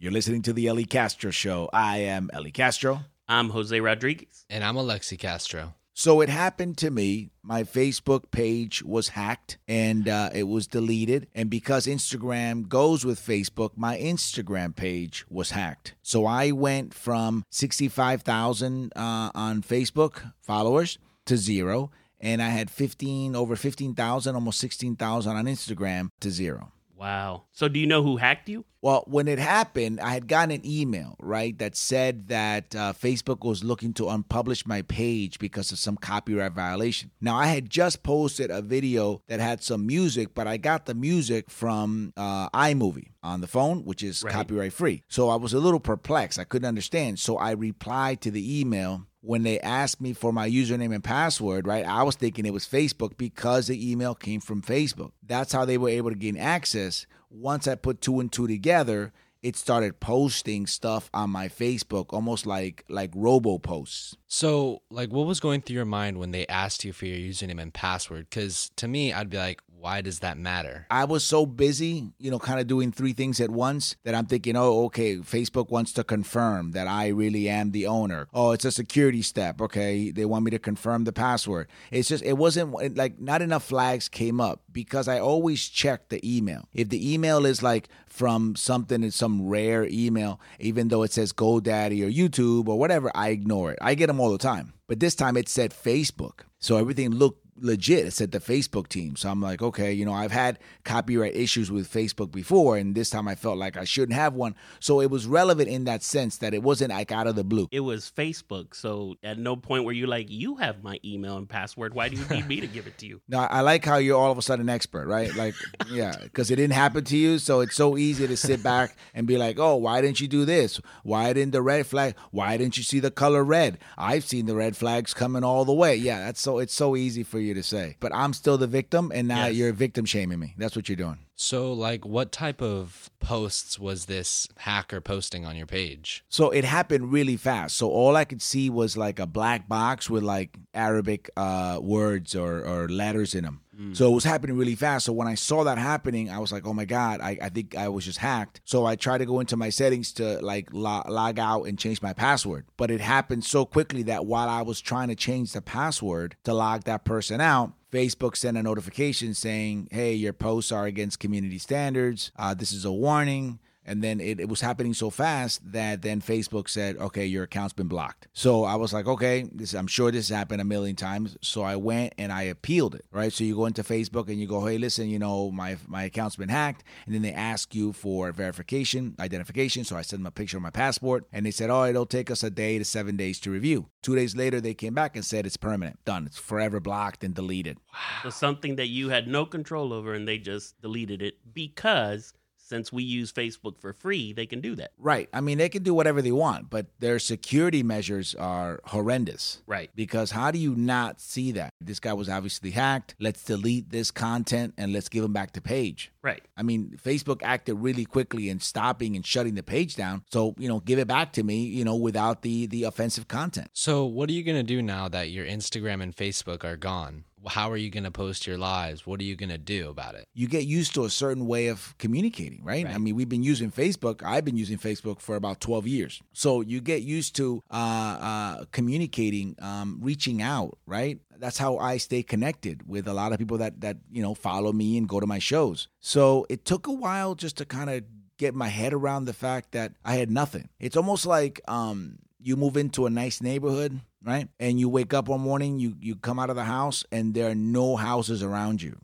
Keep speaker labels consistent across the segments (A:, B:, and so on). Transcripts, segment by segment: A: You're listening to the Ellie Castro Show. I am Ellie Castro.
B: I'm Jose Rodriguez.
C: And I'm Alexi Castro.
A: So it happened to me. My Facebook page was hacked and uh, it was deleted. And because Instagram goes with Facebook, my Instagram page was hacked. So I went from 65,000 uh, on Facebook followers to zero. And I had 15, over 15,000, almost 16,000 on Instagram to zero.
B: Wow. So do you know who hacked you?
A: Well, when it happened, I had gotten an email, right, that said that uh, Facebook was looking to unpublish my page because of some copyright violation. Now, I had just posted a video that had some music, but I got the music from uh, iMovie on the phone, which is
B: Right.
A: copyright free. So I was a little perplexed. I couldn't understand. So I replied to the email. When they asked me for my username and password, right, I was thinking it was Facebook because the email came from Facebook. That's how they were able to gain access once I put two and two together, it started posting stuff on my Facebook, almost like like robo posts.
C: So, like, what was going through your mind when they asked you for your username and password? Because to me, I'd be like, why does that matter?
A: I was so busy, you know, kind of doing three things at once that I'm thinking, oh, okay, Facebook wants to confirm that I really am the owner. Oh, it's a security step. Okay. They want me to confirm the password. It's just, it wasn't it, like not enough flags came up because I always check the email. If the email is like from something, it's some rare email, even though it says GoDaddy or YouTube or whatever, I ignore it. I get them all the time. But this time it said Facebook. So everything looked legit. It said the Facebook team. So I'm like, okay, you know, I've had copyright issues with Facebook before, and this time I felt like I shouldn't have one. So it was relevant in that sense that it wasn't like out of the blue.
B: It was Facebook. So at no point were you like, you have my email and password. Why do you need me to give it to you?
A: Now I like how you're all of a sudden an expert, right? Like, yeah, because it didn't happen to you, so it's so easy to sit back and be like, "Oh, why didn't you do this? Why didn't the red flag? Why didn't you see the color red? I've seen the red flags coming all the way." Yeah, that's so it's so easy for you to say, but I'm still the victim, and now
B: Yes.
A: you're victim shaming me. That's what you're doing.
C: So, like, what type of posts was this hacker posting on your page?
A: So it happened really fast. So all I could see was like a black box with like Arabic uh, words or, or letters in them. So it was happening really fast. So when I saw that happening, I was like, oh my God, I, I think I was just hacked. So I tried to go into my settings to like lo- log out and change my password. But it happened so quickly that while I was trying to change the password to log that person out, Facebook sent a notification saying, hey, your posts are against community standards. Uh, this is a warning. And then it, it was happening so fast that then Facebook said, okay, your account's been blocked. So I was like, okay, this, I'm sure this happened a million times. So I went and I appealed it, right? So you go into Facebook and you go, hey, listen, you know, my, my account's been hacked. And then they ask you for verification, identification. So I sent them a picture of my passport and they said, oh, it'll take us a day to seven days to review. Two days later, they came back and said, it's permanent, done. It's forever blocked and deleted.
B: So something that you had no control over and they just deleted it because since we use Facebook for free, they can do that.
A: Right. I mean, they can do whatever they want, but their security measures are horrendous.
B: Right.
A: Because how do you not see that? This guy was obviously hacked. Let's delete this content and let's give him back the page.
B: Right.
A: I mean, Facebook acted really quickly in stopping and shutting the page down. So, you know, give it back to me, you know, without the the offensive content.
C: So, what are you going to do now that your Instagram and Facebook are gone? How are you going to post your lives? What are you going to do about it?
A: You get used to a certain way of communicating, right? I
C: Right.
A: mean, we've been using Facebook. I've been using Facebook for about 12 years. So you get used to uh, uh, communicating, um, reaching out, right? That's how I stay connected with a lot of people that, that, you know, follow me and go to my shows. So it took a while just to kind of get my head around the fact that I had nothing. It's almost like um, you move into a nice neighborhood, right? And you wake up one morning, you you come out of the house, and there are no houses around you.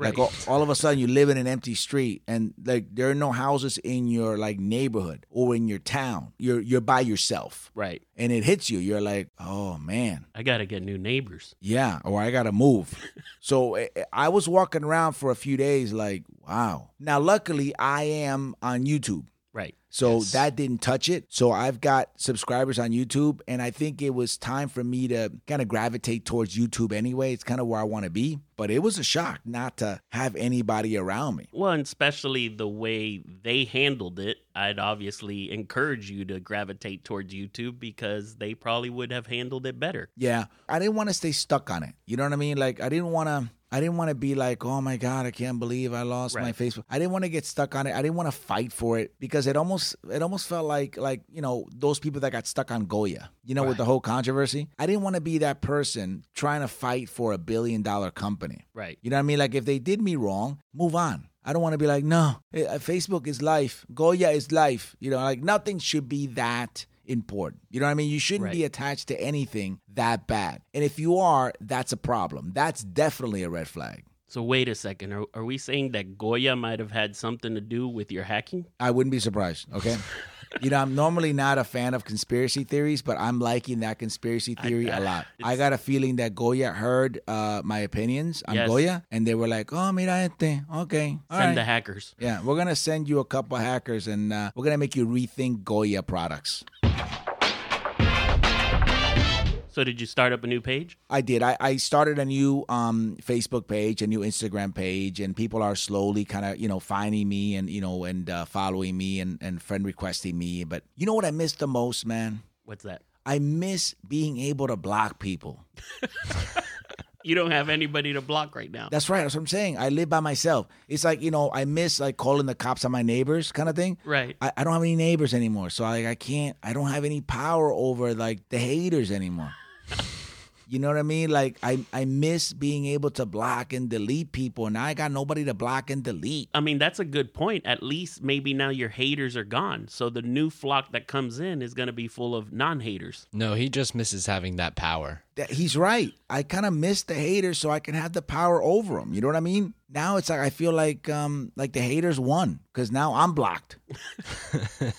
A: Like all, all of a sudden, you live in an empty street, and like there are no houses in your like neighborhood or in your town. You're you're by yourself,
B: Right.
A: and it hits you. You're like, oh man,
B: I got to get new neighbors.
A: yeah, or I gotta move. so I- I was walking around for a few days, like, wow. Now, luckily, I am on YouTube.
B: Right.
A: So
C: Yes.
A: that didn't touch it. So I've got subscribers on YouTube, and I think it was time for me to kind of gravitate towards YouTube anyway. It's kind of where I want to be. But it was a shock not to have anybody around me.
B: Well, and especially the way they handled it, I'd obviously encourage you to gravitate towards YouTube because they probably would have handled it better.
A: Yeah. I didn't want to stay stuck on it. You know what I mean? Like, I didn't want to. I didn't want to be like, oh my God, I can't believe I lost my
B: Right.
A: Facebook. I didn't want to get stuck on it. I didn't want to fight for it because it almost it almost felt like like, you know, those people that got stuck on Goya, you know, with the whole controversy. I didn't want to be that person trying to fight for a billion dollar company.
B: Right.
A: You know what I mean? Like if they did me wrong, move on. I don't want to be like, no, eh, uh, Facebook is life. Goya is life. You know, like nothing should be that important. You know what I mean? You shouldn't be attached to anything that bad. And if you are, that's a problem. That's definitely a red flag.
B: So wait a second. Are, are we saying that Goya might have had something to do with your hacking?
A: I wouldn't be surprised. Okay. you know, I'm normally not a fan of conspiracy theories, but I'm liking that conspiracy theory a lot. I got a feeling that Goya heard uh, my opinions on
B: Yes.
A: Goya, and they were like, "Oh, mira este, okay, all right."
B: Send the hackers.
A: Yeah, we're gonna send you a couple hackers, and uh, we're gonna make you rethink Goya products.
B: So did you start up a new page?
A: I did. I, I started a new um, Facebook page, a new Instagram page, and people are slowly kind of you know finding me and you know and uh, following me and and friend requesting me. But you know what I miss the most, man?
B: What's that?
A: I miss being able to block people.
B: You don't have anybody to block right now.
A: That's right. That's what I'm saying. I live by myself. It's like you know I miss like calling the cops on my neighbors kind of thing.
B: right.
A: I, I don't have any neighbors anymore. So like I can't I don't have any power over like the haters anymore. you know what I mean? Like I, I miss being able to block and delete people and now I got nobody to block and delete.
B: I mean, that's a good point. At least maybe now your haters are gone. So the new flock that comes in is going to be full of non haters.
C: No, he just misses having that power.
A: That, he's right. I kind of miss the haters so I can have the power over them. You know what I mean? Now it's like I feel like um like the haters won cuz now I'm blocked.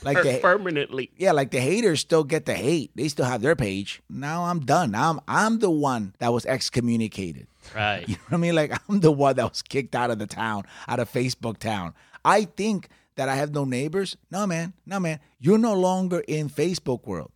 A: like the
B: permanently.
A: yeah, like the haters still get the hate. They still have their page. Now I'm done. Now I'm I'm the one that was excommunicated.
B: Right.
A: You know what I mean? Like I'm the one that was kicked out of the town, out of Facebook town. I think that I have no neighbors. No man, no man. You're no longer in Facebook world.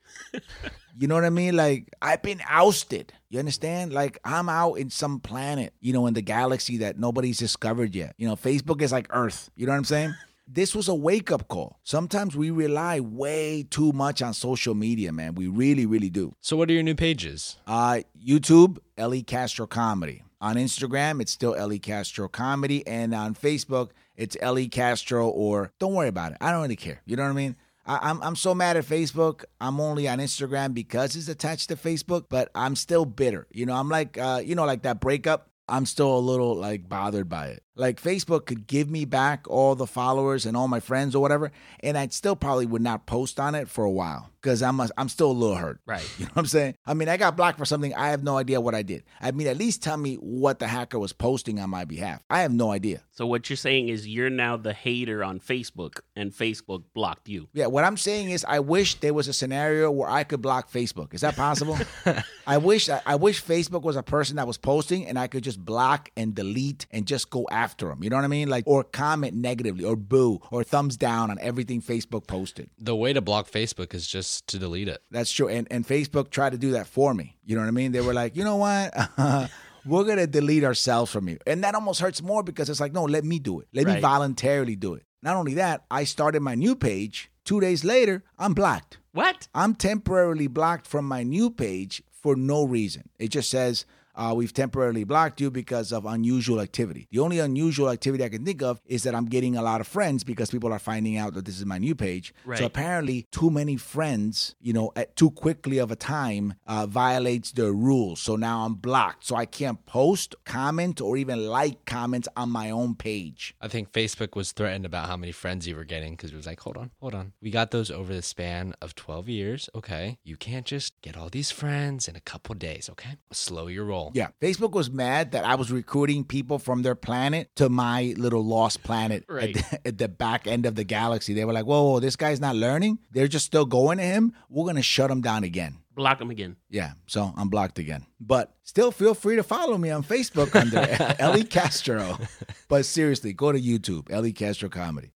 A: you know what I mean? Like I've been ousted. You understand? Like I'm out in some planet, you know, in the galaxy that nobody's discovered yet. You know, Facebook is like Earth. You know what I'm saying? This was a wake up call. Sometimes we rely way too much on social media, man. We really, really do.
C: So, what are your new pages?
A: Uh, YouTube, Ellie Castro Comedy. On Instagram, it's still Ellie Castro Comedy. And on Facebook, it's Ellie Castro or don't worry about it. I don't really care. You know what I mean? I, I'm, I'm so mad at Facebook. I'm only on Instagram because it's attached to Facebook, but I'm still bitter. You know, I'm like, uh, you know, like that breakup. I'm still a little like bothered by it. Like Facebook could give me back all the followers and all my friends or whatever, and I still probably would not post on it for a while because I'm a, I'm still a little hurt.
B: Right.
A: You know what I'm saying? I mean, I got blocked for something. I have no idea what I did. I mean, at least tell me what the hacker was posting on my behalf. I have no idea.
B: So what you're saying is you're now the hater on Facebook and Facebook blocked you.
A: Yeah, what I'm saying is, I wish there was a scenario where I could block Facebook. Is that possible? I wish I, I wish Facebook was a person that was posting and I could just block and delete and just go after them. You know what I mean? Like or comment negatively or boo or thumbs down on everything Facebook posted.
C: The way to block Facebook is just to delete it.
A: That's true. And and Facebook tried to do that for me. You know what I mean? They were like, you know what? we're gonna delete ourselves from you. And that almost hurts more because it's like, no, let me do it. Let me
B: Right.
A: voluntarily do it. Not only that, I started my new page. Two days later, I'm blocked.
B: What?
A: I'm temporarily blocked from my new page for no reason. It just says, uh, we've temporarily blocked you because of unusual activity. The only unusual activity I can think of is that I'm getting a lot of friends because people are finding out that this is my new page.
B: Right.
A: So apparently, too many friends, you know, at too quickly of a time uh, violates the rules. So now I'm blocked. So I can't post, comment, or even like comments on my own page.
C: I think Facebook was threatened about how many friends you were getting because it was like, hold on, hold on. We got those over the span of 12 years. Okay. You can't just get all these friends in a couple days. Okay. Slow your roll.
A: Yeah, Facebook was mad that I was recruiting people from their planet to my little lost planet
B: Right.
A: at, the, at the back end of the galaxy. They were like, whoa, whoa, this guy's not learning. They're just still going to him. We're going to shut him down again.
B: Block them again.
A: Yeah, so I'm blocked again. But still feel free to follow me on Facebook under Ellie Castro. But seriously, go to YouTube, Ellie Castro Comedy.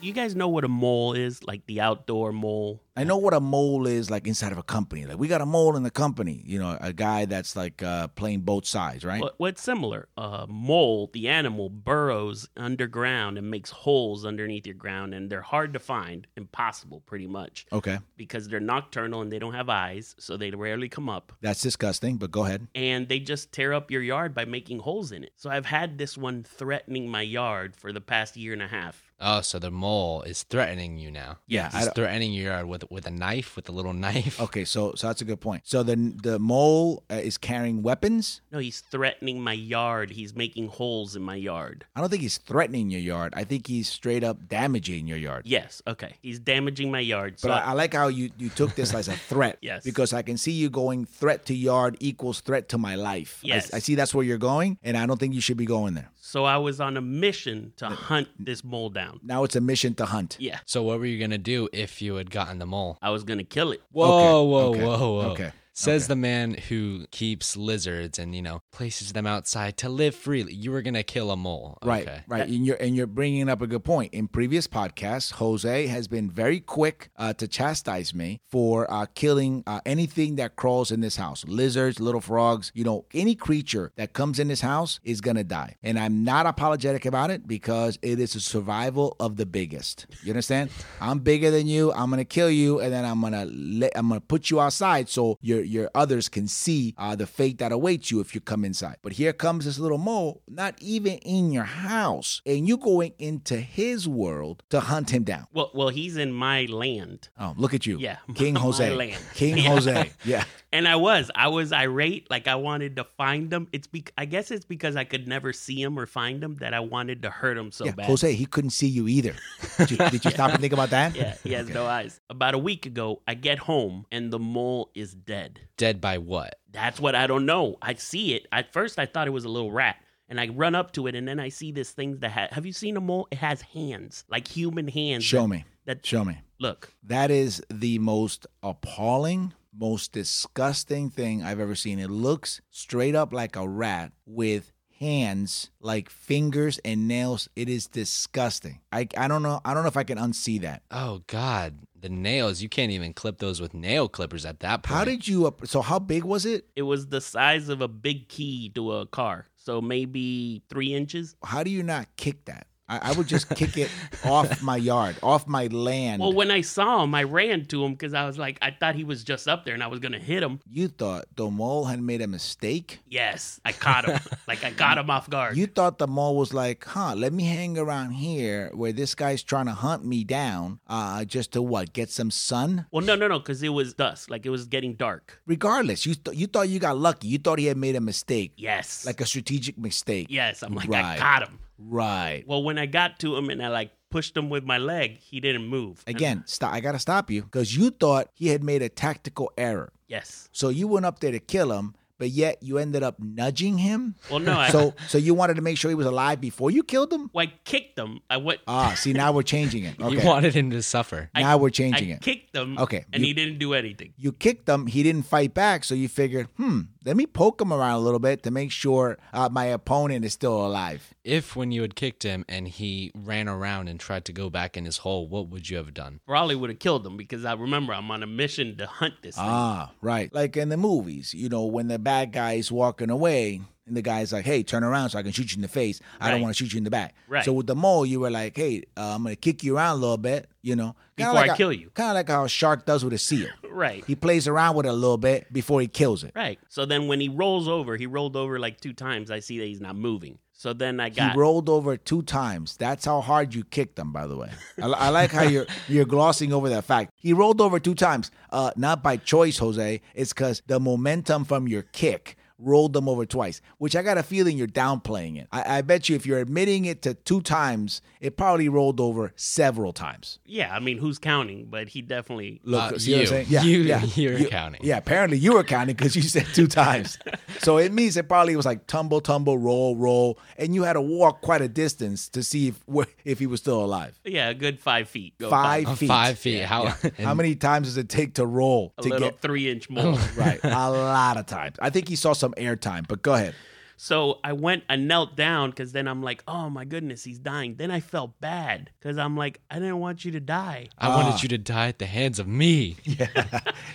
B: You guys know what a mole is? Like the outdoor mole?
A: I know what a mole is like inside of a company. Like we got a mole in the company. You know, a guy that's like uh, playing both sides, right?
B: What, what's similar? Uh, mole, the animal, burrows underground and makes holes underneath your ground, and they're hard to find, impossible pretty much,
A: Okay,
B: because they're nocturnal and they don't have eyes, so they rarely come up.
A: that's disgusting. But go ahead.
B: And they just tear up your yard by making holes in it. So I've had this one threatening my yard for the past year and a half.
C: Oh, so the mole is threatening you now.
A: Yeah, I
C: He's
A: don't-
C: threatening your yard with with a knife, with a little knife.
A: Okay, so so that's a good point. So the the mole uh, is carrying weapons.
B: No, he's threatening my yard. He's making holes in my yard.
A: I don't think he's threatening your yard. I think he's straight up damaging your yard.
B: Yes, okay. He's damaging my yard. So
A: But
B: I-
A: I, I like how you, you took this as a threat.
B: Yes.
A: Because I can see you going threat to yard equals threat to my life. I-
B: Yes.
A: I, see that's where you're going, and I don't think you should be going there.
B: So I was on a mission to hunt this mole down.
A: Now it's a mission to hunt.
B: Yeah.
C: So what were you gonna do if you had gotten the mole?
B: I was going to kill it.
C: Whoa, whoa,
A: okay,
C: whoa, whoa.
A: okay,
C: Says
A: okay.
C: the man who keeps lizards and, you know, places them outside to live freely. You were going to kill a mole.
A: Right,
C: Okay.
A: right, and you're and you're bringing up a good point. In previous podcasts, Jose has been very quick uh, to chastise me for uh, killing uh, anything that crawls in this house: lizards, little frogs. You know, any creature that comes in this house is gonna die, and I'm not apologetic about it because it is a survival of the biggest. You understand? I'm bigger than you. I'm gonna kill you, and then I'm gonna let, I'm gonna put you outside so your your others can see uh, the fate that awaits you if you come inside. But here comes this little mole, not even in your house, and you going into his world to hunt him down.
B: Well, well, he's in my land.
A: Oh, look at you,
B: Yeah,
A: King
B: my
A: Jose,
B: land.
A: King
B: Yeah.
A: Jose, yeah.
B: And I was, I was irate, like I wanted to find him. It's be, I guess it's because I could never see him or find him that I wanted to hurt him so
A: yeah,
B: bad.
A: Jose, he couldn't see you either. Did you, did you stop and think about that?
B: Yeah, he has no eyes. About a week ago, I get home and the mole is dead.
C: Dead by what?
B: That's what I don't know. I see it. At first, I thought it was a little rat, and I run up to it, and then I see this thing that ha- have you seen a mole? It has hands, like human hands.
A: Show
B: that-
A: me,
B: That
A: show me.
B: look.
A: That is the most appalling, most disgusting thing I've ever seen. It looks straight up like a rat with hands like fingers and nails. It is disgusting. I, I don't know. I don't know if I can unsee that.
C: Oh, God. The nails. You can't even clip those with nail clippers at that point.
A: How did you? up- So how big was it?
B: It was the size of a big key to a car, so maybe three inches.
A: How do you not kick that? I, I would just kick it off my yard, off my land.
B: Well, when I saw him, I ran to him because I was like, I thought he was just up there, and I was gonna hit him.
A: you thought the mole had made a mistake.
B: Yes, I caught him. like I got him off guard.
A: You thought the mole was like, huh, let me hang around here where this guy's trying to hunt me down uh, just to what, get some sun?
B: well, no, no, no, because it was dusk. Like it was getting dark.
A: Regardless, you, th- you thought you got lucky. You thought he had made a mistake,
B: Yes.
A: like a strategic mistake.
B: yes. I'm like
A: Right.
B: I caught him.
A: Right.
B: Well, when I got to him and I like pushed him with my leg, he didn't move. And-
A: Again, stop. I got to stop you because you thought he had made a tactical error.
B: yes.
A: So you went up there to kill him, but yet you ended up nudging him.
B: Well, no, I,
A: So, so you wanted to make sure he was alive before you killed him?
B: well, I kicked him. I went.
A: Ah, see, now we're changing it. Okay.
C: You wanted him to suffer.
A: now we're
B: I
A: changing it.
B: kicked him.
A: Okay,
B: And
A: you-
B: he didn't do anything.
A: you kicked him. He didn't fight back, so you figured, hmm, let me poke him around a little bit to make sure uh, my opponent is still alive.
C: If when you had kicked him and he ran around and tried to go back in his hole, what would you have done?
B: Probably would have killed him because I remember I'm on a mission to hunt this thing.
A: Ah, right. Like in the movies, you know, when the bad guy is walking away and the guy's like, hey, turn around so I can shoot you in the face. I don't
B: Right.
A: want to shoot you in the back.
B: Right.
A: So with the mole, you were like, hey, uh, I'm going to kick you around a little bit, you know.
B: Before I kill you.
A: Kind of like how a shark does with a seal.
B: Right.
A: He plays around with it a little bit before he kills it.
B: Right. So then when he rolls over, he rolled over like two times. I see that he's not moving. So then I got.
A: He rolled over two times. That's how hard you kicked him, by the way. I, I like how you're you're glossing over that fact. He rolled over two times, uh, not by choice, Jose. It's because the momentum from your kick rolled them over twice. Which I got a feeling you're downplaying it. I, I bet you if you're admitting it to two times, it probably rolled over several times.
B: yeah, I mean, who's counting? But he definitely.
A: Look,
C: Uh,
A: see what I'm
C: you.
A: saying?
C: You- you're counting.
A: Yeah, apparently you were counting because you said two times. so it means it probably was like tumble, tumble, roll, roll, and you had to walk quite a distance to see if wh- if he was still alive.
B: Yeah, a good five feet. Go
A: Five
C: Oh,
A: feet.
C: Five feet. How? and-
A: How many times does it take to roll
B: A
A: to
B: little
A: get
B: three inch mole.
A: right? A lot of times. I think he saw some airtime, but go ahead.
B: So I went, I knelt down because then I'm like, oh my goodness, he's dying. Then I felt bad because I'm like, I didn't want you to die.
C: I
A: Ah.
C: wanted you to die at the hands of me.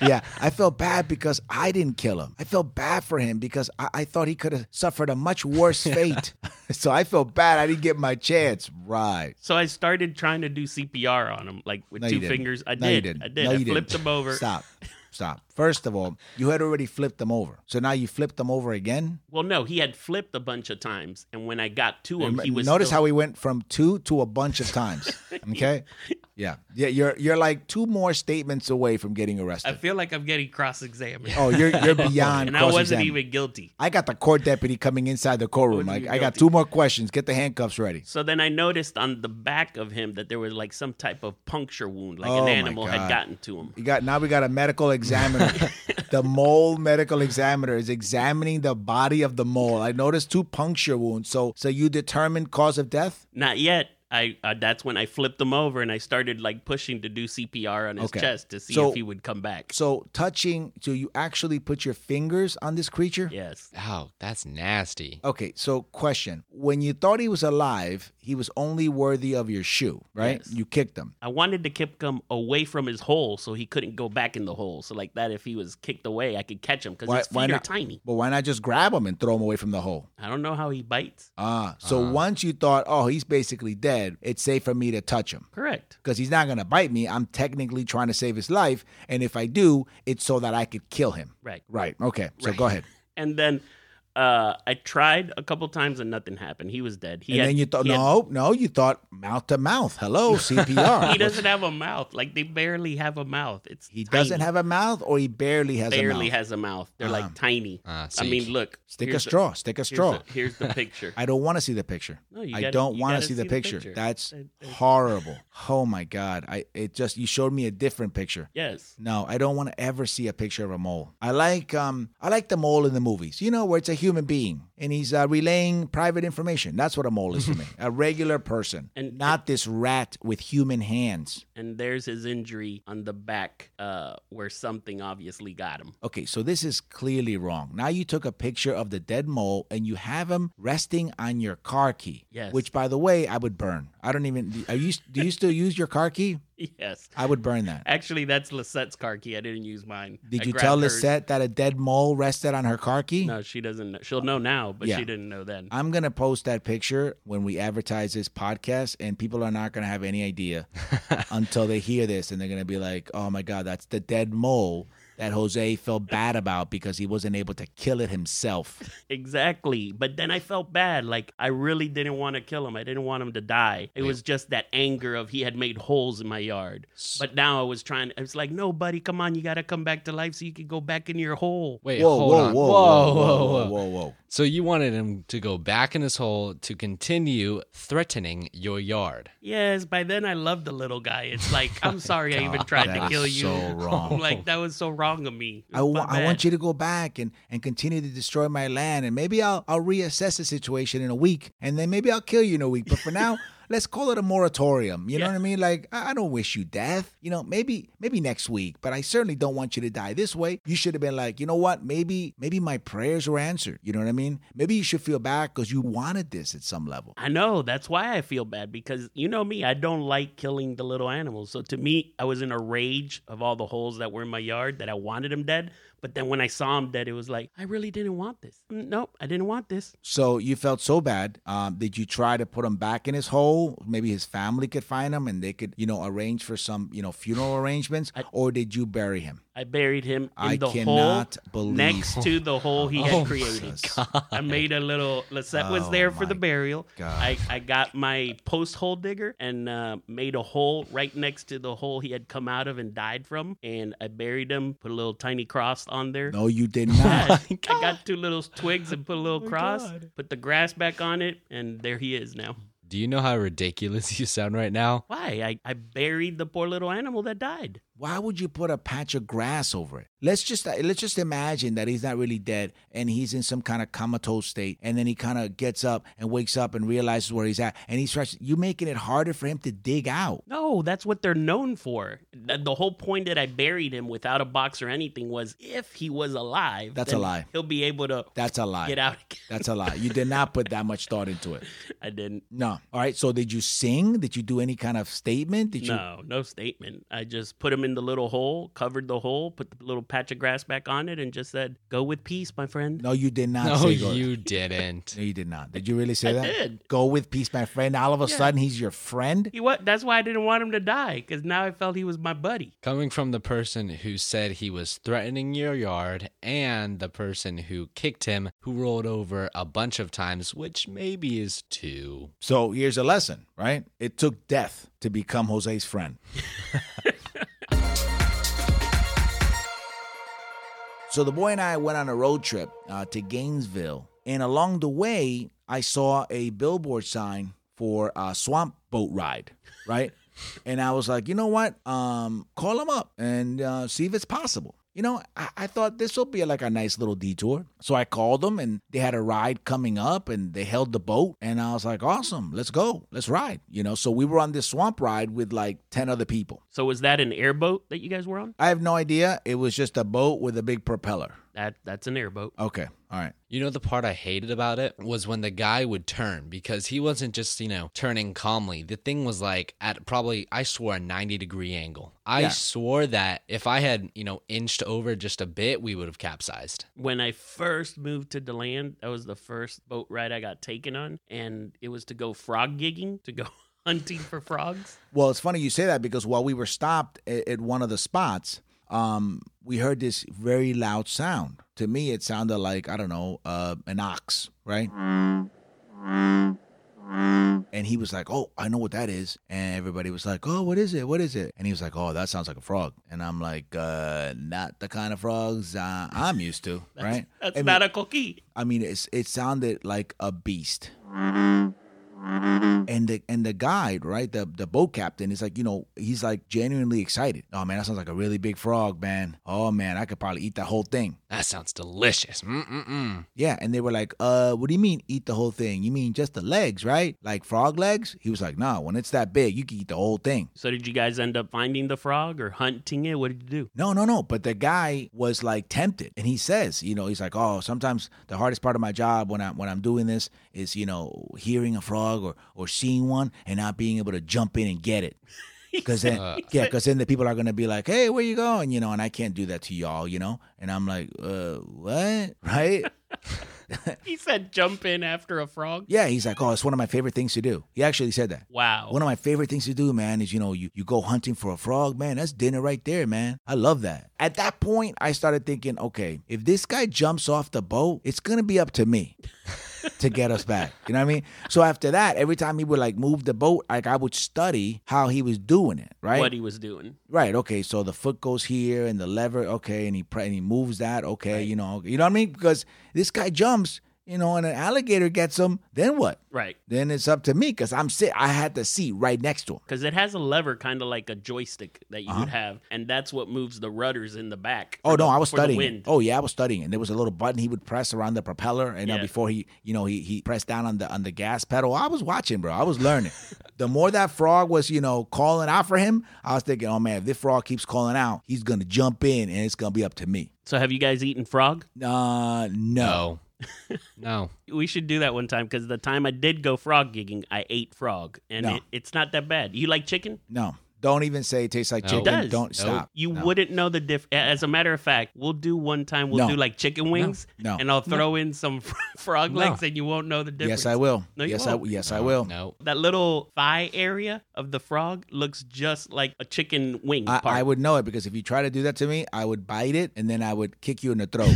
A: yeah, I felt bad because I didn't kill him. I felt bad for him because I, I thought he could have suffered a much worse fate. so I felt bad I didn't get my chance. Right.
B: So I started trying to do CPR on him, like with
A: No, you
B: two
A: didn't.
B: fingers. I
A: No, you
B: did.
A: didn't.
B: I did.
A: No,
B: I
A: you didn't.
B: flipped him over.
A: Stop. Stop. First of all, you had already flipped them over. So now you flipped them over again.
B: Well, no, he had flipped a bunch of times, and when I got to him, he was
A: Notice
B: still-
A: how he went from two to a bunch of times. Okay. yeah. Yeah. You're you're like two more statements away from getting
B: I
A: arrested.
B: feel like I'm getting cross-examined.
A: Oh, you're you're beyond.
B: and I wasn't
A: cross-examined.
B: even guilty.
A: I got the court deputy coming inside the courtroom.
B: Wasn't
A: Like,
B: even
A: I got
B: guilty.
A: two more questions. Get the handcuffs ready.
B: So then I noticed on the back of him that there was like some type of puncture wound, like
A: Oh,
B: an
A: my
B: animal had
A: God.
B: gotten to him.
A: You got now. We got a medical examiner. the mole medical examiner is examining the body of the mole. I noticed two puncture wounds. So, so you determined cause of death?
B: Not yet. I uh, that's when I flipped him over and I started like pushing to do CPR on his
A: Okay.
B: chest to see
A: So-
B: if he would come back.
A: So touching. So you actually put your fingers on this creature?
B: Yes.
C: Ow, that's nasty.
A: Okay. So question: When you thought he was alive, he was only worthy of your shoe, right?
B: Yes.
A: You kicked him.
B: I wanted to keep him away from his hole so he couldn't go back in the hole. So like that, if he was kicked away, I could catch him because
A: Why-
B: his feet
A: why
B: are
A: not?
B: tiny.
A: But why not just grab him and throw him away from the hole?
B: I don't know how he bites.
A: Ah, so once you thought, oh, he's basically dead, it's safe for me to touch him
B: Correct.
A: because he's not going to bite me. I'm technically trying to save his life. And if I do, it's so that I could kill him.
B: Right.
A: Right. Okay. So go ahead.
B: And then uh, I tried a couple times and nothing happened. He was dead. He
A: and
B: had-
A: then you thought,
B: he had-
A: no, no, you thought mouth to mouth. Hello, CPR.
B: he doesn't have a mouth. Like they barely have a mouth. It's
A: He doesn't have a mouth or he barely has
B: barely
A: a mouth. Um, uh,
B: has a mouth. They're like tiny.
C: Ah,
B: I
C: so you
B: mean,
C: can't-
B: look.
A: Stick a
B: here's the-
A: straw. Stick a
B: here's
A: straw.
B: the- Here's the, picture.
A: I don't want to see the picture.
B: No, you
A: I
B: gotta-
A: don't
B: you
A: want to
B: gotta
A: see the picture. That's
B: It- it-
A: horrible. Oh my god! I it just you showed me a different picture.
B: yes.
A: No, I don't want to ever see a picture of a mole. I like um I like the mole in the movies. You know where it's a human being and he's uh, relaying private information. That's what a mole is to me. A regular person,
B: And-
A: not this rat with human hands.
B: And there's his injury on the back, uh, where something obviously got him.
A: Okay, so this is clearly wrong. Now you took a picture of the dead mole and you have him resting on your car key.
B: Yes.
A: Which by the way, I would burn. I don't even are you do you still use your car key?
B: Yes.
A: I would burn that.
B: Actually, that's Lisette's car key. I didn't use mine.
A: Did
B: I
A: you
B: grabbed
A: tell
B: hers.
A: Lisette that a dead mole rested on her car key?
B: No, she doesn't. Know. She'll know now, but
A: Yeah.
B: she didn't know then.
A: I'm going to post that picture when we advertise this podcast, and people are not going to have any idea until they hear this. And they're going to be like, oh my God, that's the dead mole that Jose felt bad about because he wasn't able to kill it himself.
B: Exactly. But then I felt bad. Like, I really didn't want to kill him. I didn't want him to die. It was just that anger of he had made holes in my yard. But now I was trying, I was like, no, buddy, come on. You got to come back to life so you can go back in your hole.
C: Wait,
A: Whoa,
C: hold
A: whoa,
C: on.
A: whoa,
C: whoa,
A: whoa, whoa, whoa.
C: So you wanted him to go back in his hole to continue threatening your yard.
B: Yes, by then I loved the little guy. It's like, I'm sorry I even tried
A: that
B: to
A: is
B: kill you.
A: so wrong.
B: I'm like, that was so wrong of me.
A: I, wa- I want you to go back and, and continue to destroy my land, and maybe I'll, I'll reassess the situation in a week, and then maybe I'll kill you in a week. But for now, let's call it a moratorium. You know
B: Yeah.
A: what I mean? Like I, I don't wish you death. You know, maybe maybe next week, but I certainly don't want you to die this way. You should have been like, you know what? Maybe maybe my prayers were answered. You know what I mean? Maybe you should feel bad because you wanted this at some level.
B: I know. That's why I feel bad because you know me, I don't like killing the little animals. So to me, I was in a rage of all the holes that were in my yard that I wanted him dead. But then when I saw him dead, it was like, I really didn't want this. Mm, Nope, I didn't want this.
A: So you felt so bad. Um, did you try to put him back in his hole? Maybe his family could find him and they could, you know, arrange for some, you know, funeral arrangements. or did you bury him?
B: I buried him in
A: I
B: the hole
A: cannot believe.
B: next to the hole he
C: Oh,
B: had
C: my
B: created. I made a little. Lisette was
A: Oh,
B: there for
A: my
B: the burial.
A: God.
B: I, I got my post hole digger and uh, made a hole right next to the hole he had come out of and died from. And I buried him, put a little tiny cross on there.
A: No, you did
B: Yeah,
A: not.
B: I got two little twigs and put a little cross,
C: God.
B: put the grass back on it, and there he is now.
C: Do you know how ridiculous you sound right now?
B: Why? I, I buried the poor little animal that died.
A: Why would you put a patch of grass over it? Let's just uh, let's just imagine that he's not really dead and he's in some kind of comatose state, and then he kind of gets up and wakes up and realizes where he's at, and he starts. You're making it harder for him to dig out.
B: No, that's what they're known for. Th- The whole point that I buried him without a box or anything was if he was alive,
A: That's
B: then
A: a lie.
B: He'll be able to
A: That's a lie.
B: get out again.
A: That's a lie. You did not put that much thought into it.
B: I didn't.
A: No. All right. So did you sing? Did you do any kind of statement? Did you?
B: No, no statement. I just put him in the little hole, covered the hole, put the little patch of grass back on it, and just said, "Go with peace, my friend."
A: No, you did not.
C: No,
A: say go-
C: you didn't.
A: No, you did not. Did you really say
B: I
A: that?
B: did.
A: Go with peace, my friend. All of a
B: Yeah.
A: sudden, he's your friend.
B: He what? That's why I didn't want him to die because now I felt he was my buddy.
C: Coming from the person who said he was threatening your yard and the person who kicked him, who rolled over a bunch of times, which maybe is two.
A: So here's a lesson, right? It took death to become Jose's friend. so the boy and I went on a road trip uh, to Gainesville, and along the way, I saw a billboard sign for a swamp boat ride, right? and I was like, you know what? Um, call him up and uh, see if it's possible. You know, I, I thought this will be like a nice little detour. So I called them and they had a ride coming up and they held the boat. And I was like, awesome, let's go, let's ride. You know, so we were on this swamp ride with like 10 other people.
B: So was that an airboat that you guys were on?
A: I have no idea. It was just a boat with a big propeller.
B: That that's an airboat.
A: Okay, all right.
C: You know, the part I hated about it was when the guy would turn because he wasn't just, you know, turning calmly. The thing was like at probably, I swore a 90 degree angle. I
A: Yeah.
C: swore that if I had, you know, inched over just a bit, we would have capsized.
B: When I first moved to DeLand, that was the first boat ride I got taken on, and it was to go frog gigging, to go hunting for frogs.
A: Well, it's funny you say that because while we were stopped at, at one of the spots, um, we heard this very loud sound. To me, it sounded like I don't know uh, an ox, right? And he was like, "Oh, I know what that is." And everybody was like, "Oh, what is it? What is it?" And he was like, "Oh, that sounds like a frog." And I'm like, uh, "Not the kind of frogs uh, I'm used to, right?"
B: That's
A: I mean-
B: not a cookie.
A: I mean, it's it sounded like a beast. And the and the guide, right? The the boat captain is like, you know, he's like genuinely excited. Oh man, that sounds like a really big frog, man. Oh man, I could probably eat that whole thing.
C: That sounds delicious. Mm-mm-mm.
A: Yeah, and they were like, "Uh, what do you mean eat the whole thing? You mean just the legs, right? Like frog legs?" He was like, "Nah, when it's that big, you can eat the whole thing."
B: So did you guys end up finding the frog or hunting it? What did you do?
A: No, no, no. But the guy was like tempted, and he says, you know, he's like, oh, sometimes the hardest part of my job when I'm when I'm doing this is, you know, hearing a frog or or seeing one and not being able to jump in and get it. Cause then,
C: Uh.
A: yeah, cause then the people are gonna be like, "Hey, where you going?" You know, and I can't do that to y'all, you know. And I'm like, "Uh, what?" Right?
B: He said jump in after a frog.
A: yeah. He's like, "Oh, it's one of my favorite things to do." He actually said that.
B: Wow.
A: One of my favorite things to do, man, is you know, you, you go hunting for a frog, man. That's dinner right there, man. I love that. At that point, I started thinking, okay, if this guy jumps off the boat, it's gonna be up to me to get us back. You know what I mean? So after that, every time he would like move the boat, like I would study how he was doing it, right?
B: What he was doing.
A: Right. Okay. So the foot goes here and the lever. Okay. And he pre- and he moves that. Okay. You know. You know what I mean? Because this guy jumps. You know, and an alligator gets him. Then what?
B: Right.
A: Then it's up to me because I'm sit. I had the seat right next to him.
B: Because it has a lever kind of like a joystick that you would have, and that's what moves the rudders in the back.
A: Uh-huh. Oh
B: for
A: no,
B: the-
A: I was
B: for the
A: studying. it.
B: wind.
A: Oh yeah, I was studying, and there was a little button he would press around the propeller, and uh,
B: Yeah.
A: before he, you know, he he pressed down on the on the gas pedal. I was watching, bro. I was learning. the more that frog was, you know, calling out for him, I was thinking, oh man, if this frog keeps calling out, he's gonna jump in, and it's gonna be up to me.
B: So have you guys eaten frog?
A: Uh, no.
C: No. no.
B: We should do that one time because the time I did go frog gigging, I ate frog, and
A: No.
B: it, it's not that bad. You like chicken?
A: No. Don't even say it tastes like
C: No. It
A: chicken.
B: does.
A: Don't
B: No.
A: stop.
B: You
A: No.
B: wouldn't know the diff. As a matter of fact, we'll do one time. We'll
A: No.
B: do like chicken wings,
A: No.
B: and I'll throw in some frog
C: No.
B: legs, and you won't know the difference.
A: Yes, I will.
B: No, you
A: yes, I
B: won't.
A: yes, I will.
C: No.
B: That little thigh area of the frog looks just like a chicken wing
A: I,
B: part.
A: I would know it because if you try to do that to me, I would bite it and then I would kick you in the throat.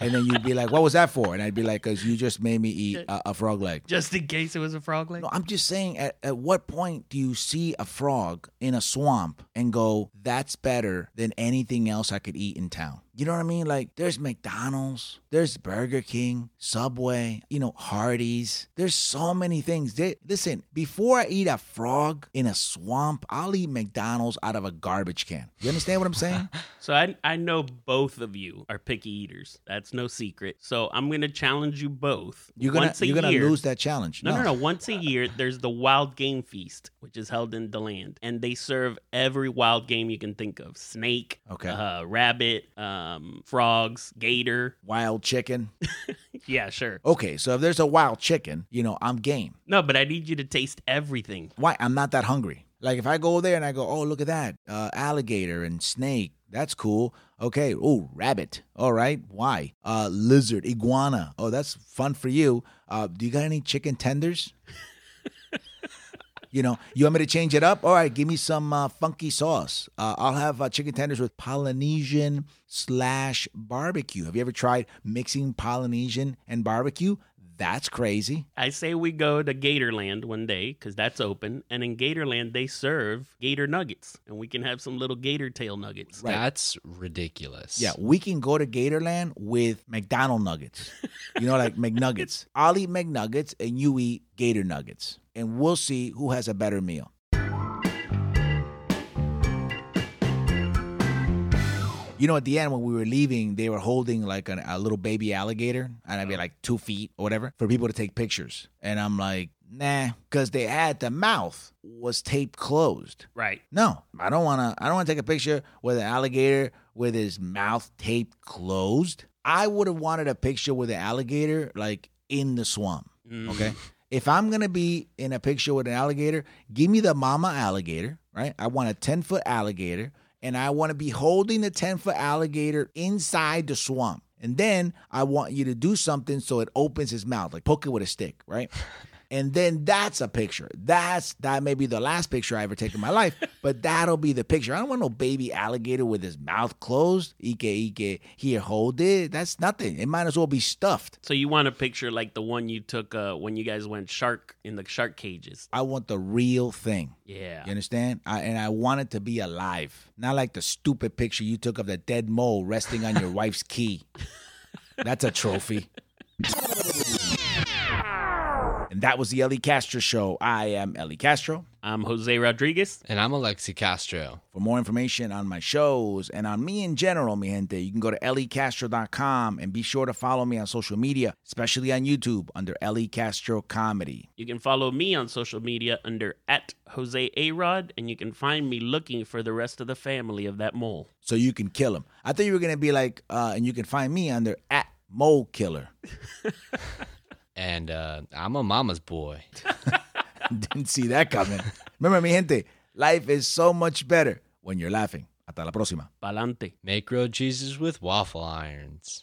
A: and then you'd be like, what was that for? And I'd be like, because you just made me eat a, a frog leg.
B: just in case it was a frog leg.
A: No, I'm just saying, at, at what point do you see a frog in a swamp and go, that's better than anything else I could eat in town? You know what I mean? Like there's McDonald's, there's Burger King, Subway, you know, Hardee's. There's so many things. They, listen, before I eat a frog in a swamp, I'll eat McDonald's out of a garbage can. You understand what I'm saying?
B: So I I know both of you are picky eaters. That's no secret. So I'm gonna challenge you both.
A: You're gonna
B: once a
A: you're gonna
B: year,
A: lose that challenge.
B: No, no, no. Once a year, there's the Wild Game Feast, which is held in DeLand, and they serve every wild game you can think of: snake,
A: Okay.
B: uh, rabbit, um, frogs, gator.
A: Wild chicken.
B: Yeah, sure.
A: Okay, so if there's a wild chicken, you know, I'm game.
B: No, but I need you to taste everything.
A: Why? I'm not that hungry. Like if I go there and I go, oh look at that, uh, alligator and snake. That's cool. Okay. Oh, rabbit. All right. Why? Uh, lizard, iguana. Oh, that's fun for you. Uh, do you got any chicken tenders? you know, you want me to change it up? All right. Give me some uh, funky sauce. Uh, I'll have uh, chicken tenders with Polynesian slash barbecue. Have you ever tried mixing Polynesian and barbecue? That's crazy.
B: I say we go to Gatorland one day because that's open, and in Gatorland they serve gator nuggets, and we can have some little gator tail nuggets.
A: Right.
C: That's ridiculous.
A: Yeah, we can go to Gatorland with McDonald nuggets. You know, like McNuggets. I'll eat McNuggets and you eat Gator nuggets, and we'll see who has a better meal. You know, at the end when we were leaving, they were holding like an, a little baby alligator, and I'd be like two feet or whatever, for people to take pictures. And I'm like, nah, because they had the mouth was taped closed.
B: Right.
A: No, I don't want to. I don't want to take a picture with an alligator with his mouth taped closed. I would have wanted a picture with an alligator like in the swamp.
B: Mm.
A: Okay. Mm-hmm. If I'm gonna be in a picture with an alligator, give me the mama alligator, right? I want a 10 foot alligator, and I want to be holding the 10 foot alligator inside the swamp. And then I want you to do something so it opens his mouth, like poke it with a stick, right? And then that's a picture. That's that may be the last picture I ever take in my life, but that'll be the picture. I don't want no baby alligator with his mouth closed. Ike Ike here, hold it. That's nothing. It might as well be stuffed.
B: So you want a picture like the one you took uh, when you guys went shark in the shark cages?
A: I want the real thing.
B: Yeah.
A: You understand? I, and I want it to be alive, not like the stupid picture you took of the dead mole resting on your wife's key. That's a trophy. And that was the Ellie Castro Show. I am Ellie Castro.
B: I'm Jose Rodriguez.
C: And I'm Alexi Castro.
A: For more information on my shows and on me in general, mi gente, you can go to E elliecastro.com and be sure to follow me on social media, especially on YouTube under Ellie Castro Comedy.
B: You can follow me on social media under at Jose Arod, and you can find me looking for the rest of the family of that mole.
A: So you can kill him. I thought you were going to be like, uh, and you can find me under at Mole Killer.
C: And uh, I'm a mama's boy.
A: Didn't see that coming. Remember, mi gente, life is so much better when you're laughing. Hasta la próxima.
B: Palante.
C: Make grilled cheeses with waffle irons.